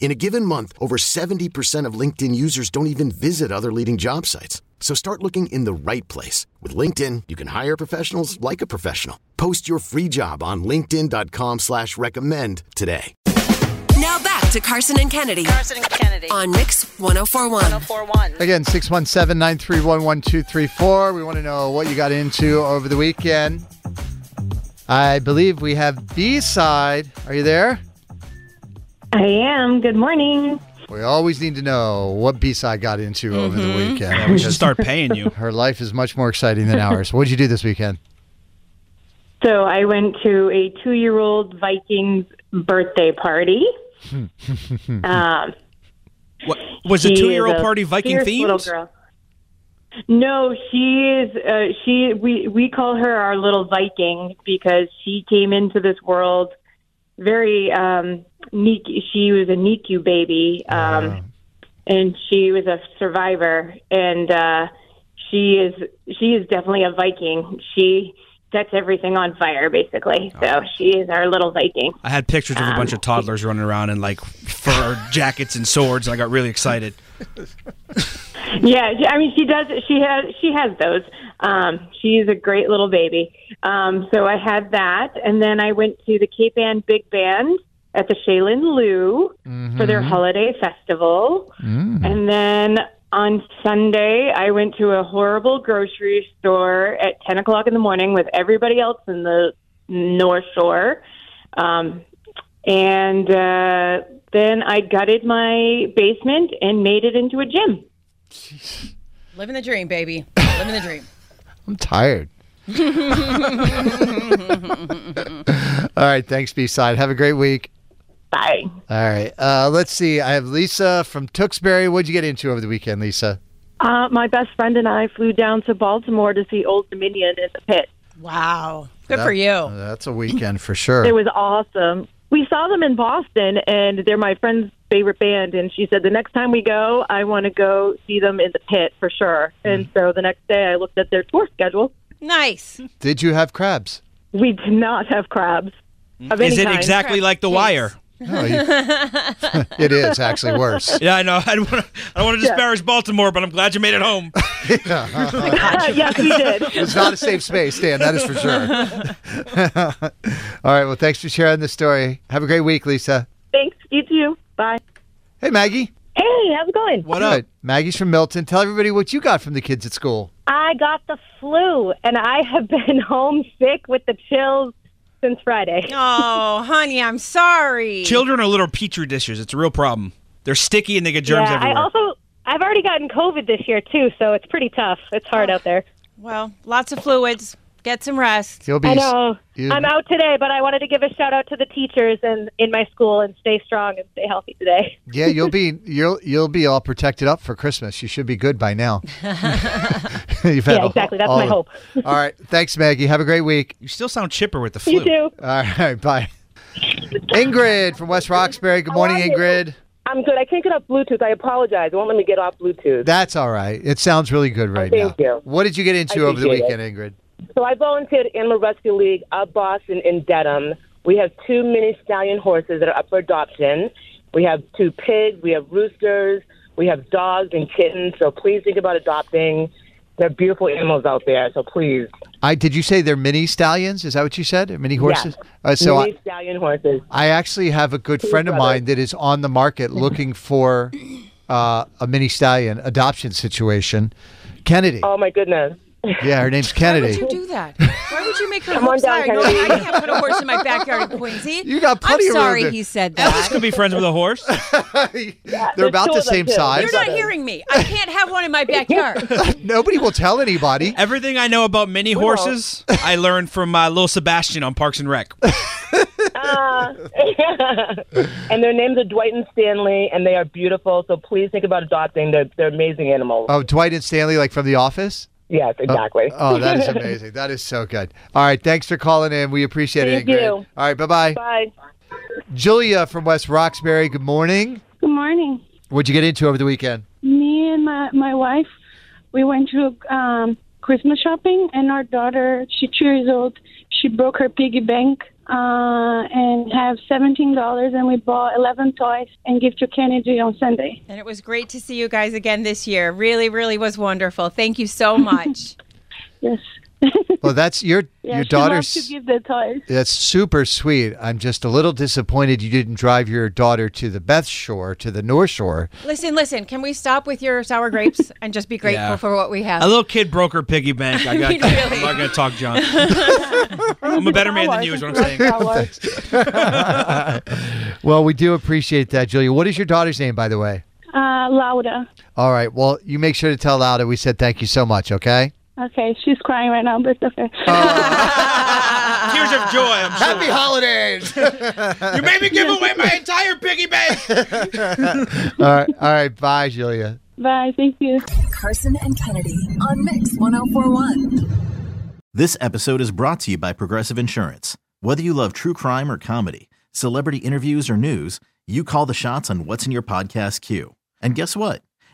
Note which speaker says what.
Speaker 1: In a given month, over 70% of LinkedIn users don't even visit other leading job sites. So start looking in the right place. With LinkedIn, you can hire professionals like a professional. Post your free job on linkedin.com slash recommend today.
Speaker 2: Now back to Carson and Kennedy
Speaker 3: Carson and Kennedy.
Speaker 2: on Mix 1041.
Speaker 3: 1041.
Speaker 4: Again, 617 931 1234. We want to know what you got into over the weekend. I believe we have B side. Are you there?
Speaker 5: I am. Um, Good morning.
Speaker 4: We always need to know what B side got into over the weekend.
Speaker 6: We should
Speaker 4: because
Speaker 6: start paying you.
Speaker 4: Her life is much more exciting than ours. What did you do this weekend?
Speaker 5: So I went to a two-year-old Viking's birthday party. um,
Speaker 6: What, was the
Speaker 5: she is
Speaker 6: two-year-old
Speaker 5: a
Speaker 6: party Viking
Speaker 5: fierce Little
Speaker 6: themed?
Speaker 5: girl. No, she is. Uh, she we we call her our little Viking because she came into this world very um, neat. She was a NICU baby. Um, and she was a survivor and uh she is she is definitely a viking she sets everything on fire basically
Speaker 6: Oh.
Speaker 5: so she is our little viking
Speaker 6: I had pictures of a bunch of toddlers running around in like fur jackets and swords, and I got really excited.
Speaker 5: yeah she- i mean she does she has she has those um she is a great little baby um so i had that and then i went to the cape ann big band at the shaylin lou for their holiday festival And then on Sunday, I went to a horrible grocery store at 10 o'clock in the morning with everybody else in the North Shore. Um, and uh, then I gutted my basement and made it into a gym.
Speaker 3: Living the dream, baby. Living the dream.
Speaker 4: I'm tired. All right. Thanks, B side. Have a great week.
Speaker 5: Bye.
Speaker 4: All right. Uh, let's see. I have Lisa from Tewksbury. What'd you get into over the weekend, Lisa?
Speaker 7: Uh, my best friend and I flew down to Baltimore to see Old Dominion in the pit.
Speaker 3: Wow. Good for you.
Speaker 4: That's a weekend for sure.
Speaker 7: It was awesome. We saw them in Boston, and they're my friend's favorite band. And she said, the next time we go, I want to go see them in the pit for sure.
Speaker 6: Mm.
Speaker 7: And so the next day, I looked at their tour schedule.
Speaker 3: Nice.
Speaker 4: Did you have crabs?
Speaker 7: We did not have crabs. Of
Speaker 6: Mm. Is
Speaker 7: any
Speaker 6: it
Speaker 7: kind.
Speaker 6: exactly like The Wire?
Speaker 4: No, you- Oh, it is actually worse.
Speaker 6: Yeah, I know. I don't want to. I don't want to disparage Baltimore, but I'm glad you made it home.
Speaker 7: yes, we did.
Speaker 4: It's not a safe space, Dan. That is for sure. All right. Well, thanks for sharing the story. Have a great week, Lisa.
Speaker 7: Thanks. You too. Bye.
Speaker 4: Hey, Maggie.
Speaker 8: Hey, how's it going?
Speaker 6: What up?
Speaker 4: Maggie's from Milton. Tell everybody what you got from the kids at school.
Speaker 8: I got the flu, and I have been homesick with the chills since Friday.
Speaker 3: Oh, honey, I'm sorry.
Speaker 6: Children are little petri dishes. It's a real problem. They're sticky and they get germs
Speaker 8: yeah,
Speaker 6: everywhere.
Speaker 8: I also I've already gotten COVID this year too, so it's pretty tough. It's hard out there.
Speaker 3: Well, lots of fluids. Get some rest.
Speaker 4: You'll be.
Speaker 8: I know.
Speaker 4: you-
Speaker 8: I'm out today, but I wanted to give a shout out to the teachers and in my school and stay strong and stay healthy today.
Speaker 4: Yeah, you'll be you'll you'll be all protected up for Christmas. You should be good by now. You've had
Speaker 8: Yeah,
Speaker 4: all-
Speaker 8: exactly. That's
Speaker 4: all
Speaker 8: my
Speaker 4: of-
Speaker 8: hope.
Speaker 4: All right. Thanks, Maggie. Have a great week.
Speaker 6: you still sound chipper with the flu.
Speaker 8: You too.
Speaker 4: All right. Bye. Ingrid from West Roxbury. Good morning, Ingrid.
Speaker 9: I'm good. I can't get off Bluetooth. I apologize. It won't let me get off Bluetooth.
Speaker 4: That's all right. It sounds really good right
Speaker 9: Thank
Speaker 4: now.
Speaker 9: you.
Speaker 4: What did you get into over the
Speaker 9: appreciate
Speaker 4: weekend, Ingrid?
Speaker 9: so I volunteered at Animal Rescue League of Boston in Dedham. We have two mini stallion horses that are up for adoption. We have two pigs. We have roosters. We have dogs and kittens. So please think about adopting. They're beautiful animals out there. So please,
Speaker 4: I did you say they're mini stallions? Is that what you said? Or mini horses? Uh, so
Speaker 9: mini stallion horses.
Speaker 4: I, I actually have a good friend of mine that is on the market looking for uh, a mini stallion adoption situation. Kennedy.
Speaker 9: Oh my goodness.
Speaker 4: Yeah, her name's
Speaker 3: Why would
Speaker 4: Kennedy.
Speaker 3: you do that? Why would you make her
Speaker 9: Come on
Speaker 3: hope
Speaker 9: down,
Speaker 3: sorry? No,
Speaker 9: Kennedy.
Speaker 3: I can't put a horse in my backyard in Quincy.
Speaker 4: You got
Speaker 3: I'm
Speaker 4: plenty of room
Speaker 3: sorry
Speaker 4: to-
Speaker 3: he said that.
Speaker 6: could be friends with a horse.
Speaker 4: They're
Speaker 9: there's
Speaker 4: about
Speaker 9: two
Speaker 4: the
Speaker 9: of them,
Speaker 4: same
Speaker 9: too.
Speaker 4: size.
Speaker 3: You're not hearing me. I can't have one in my backyard.
Speaker 4: Nobody will tell anybody.
Speaker 6: Everything I know about mini
Speaker 9: won't.
Speaker 6: horses, I learned from my little Sebastian on Parks and Rec.
Speaker 9: Uh, and their names are Dwight and Stanley, and they are beautiful. So please think about adopting. They're, they're amazing animals.
Speaker 4: Oh, Dwight and Stanley, like from The Office.
Speaker 9: yes, exactly.
Speaker 4: Oh, that is amazing. That is so good. All right, thanks for calling in. We appreciate
Speaker 8: Thank
Speaker 4: it. Ingrid.
Speaker 8: you.
Speaker 4: All right, bye-bye.
Speaker 9: Bye.
Speaker 4: Julia from West Roxbury. Good morning.
Speaker 8: Good morning.
Speaker 4: What'd you get into over the weekend?
Speaker 8: Me and my my wife, we went to um, Christmas shopping, and our daughter, she's two years old, she broke her piggy bank uh, and have seventeen dollars, and we bought eleven toys and give to Kennedy on Sunday.
Speaker 3: And it was great to see you guys again this year. Really, really was wonderful. Thank you so much.
Speaker 8: Yes.
Speaker 4: Well, Oh, that's your
Speaker 8: Yeah,
Speaker 4: your
Speaker 8: she loves
Speaker 4: daughter's.
Speaker 8: to give the toys.
Speaker 4: That's super sweet. I'm just a little disappointed you didn't drive your daughter to the Beth Shore, to the North Shore.
Speaker 3: listen, listen. Can we stop with your sour grapes and just be grateful
Speaker 6: Yeah.
Speaker 3: for what we have?
Speaker 6: A little kid broke her piggy bank. I got,
Speaker 3: mean, really.
Speaker 6: I'm not going to talk junk. I'm a better man than you, is what I'm saying.
Speaker 4: Well, we do appreciate that, Julia. What is your daughter's name, by the way?
Speaker 8: Uh, Laura.
Speaker 4: All right. Well, you make sure to tell Lauda we said thank you so much, okay?
Speaker 8: Okay, she's crying right now, but it's okay.
Speaker 6: Oh. Tears of joy, I'm sure.
Speaker 4: Happy holidays.
Speaker 6: You made me give away my entire piggy bank.
Speaker 4: all right. All right. Bye, Julia.
Speaker 8: Bye. Thank you.
Speaker 2: Carson and Kennedy on Mix 1041.
Speaker 10: This episode is brought to you by Progressive Insurance. Whether you love true crime or comedy, celebrity interviews or news, you call the shots on what's in your podcast queue. And guess what?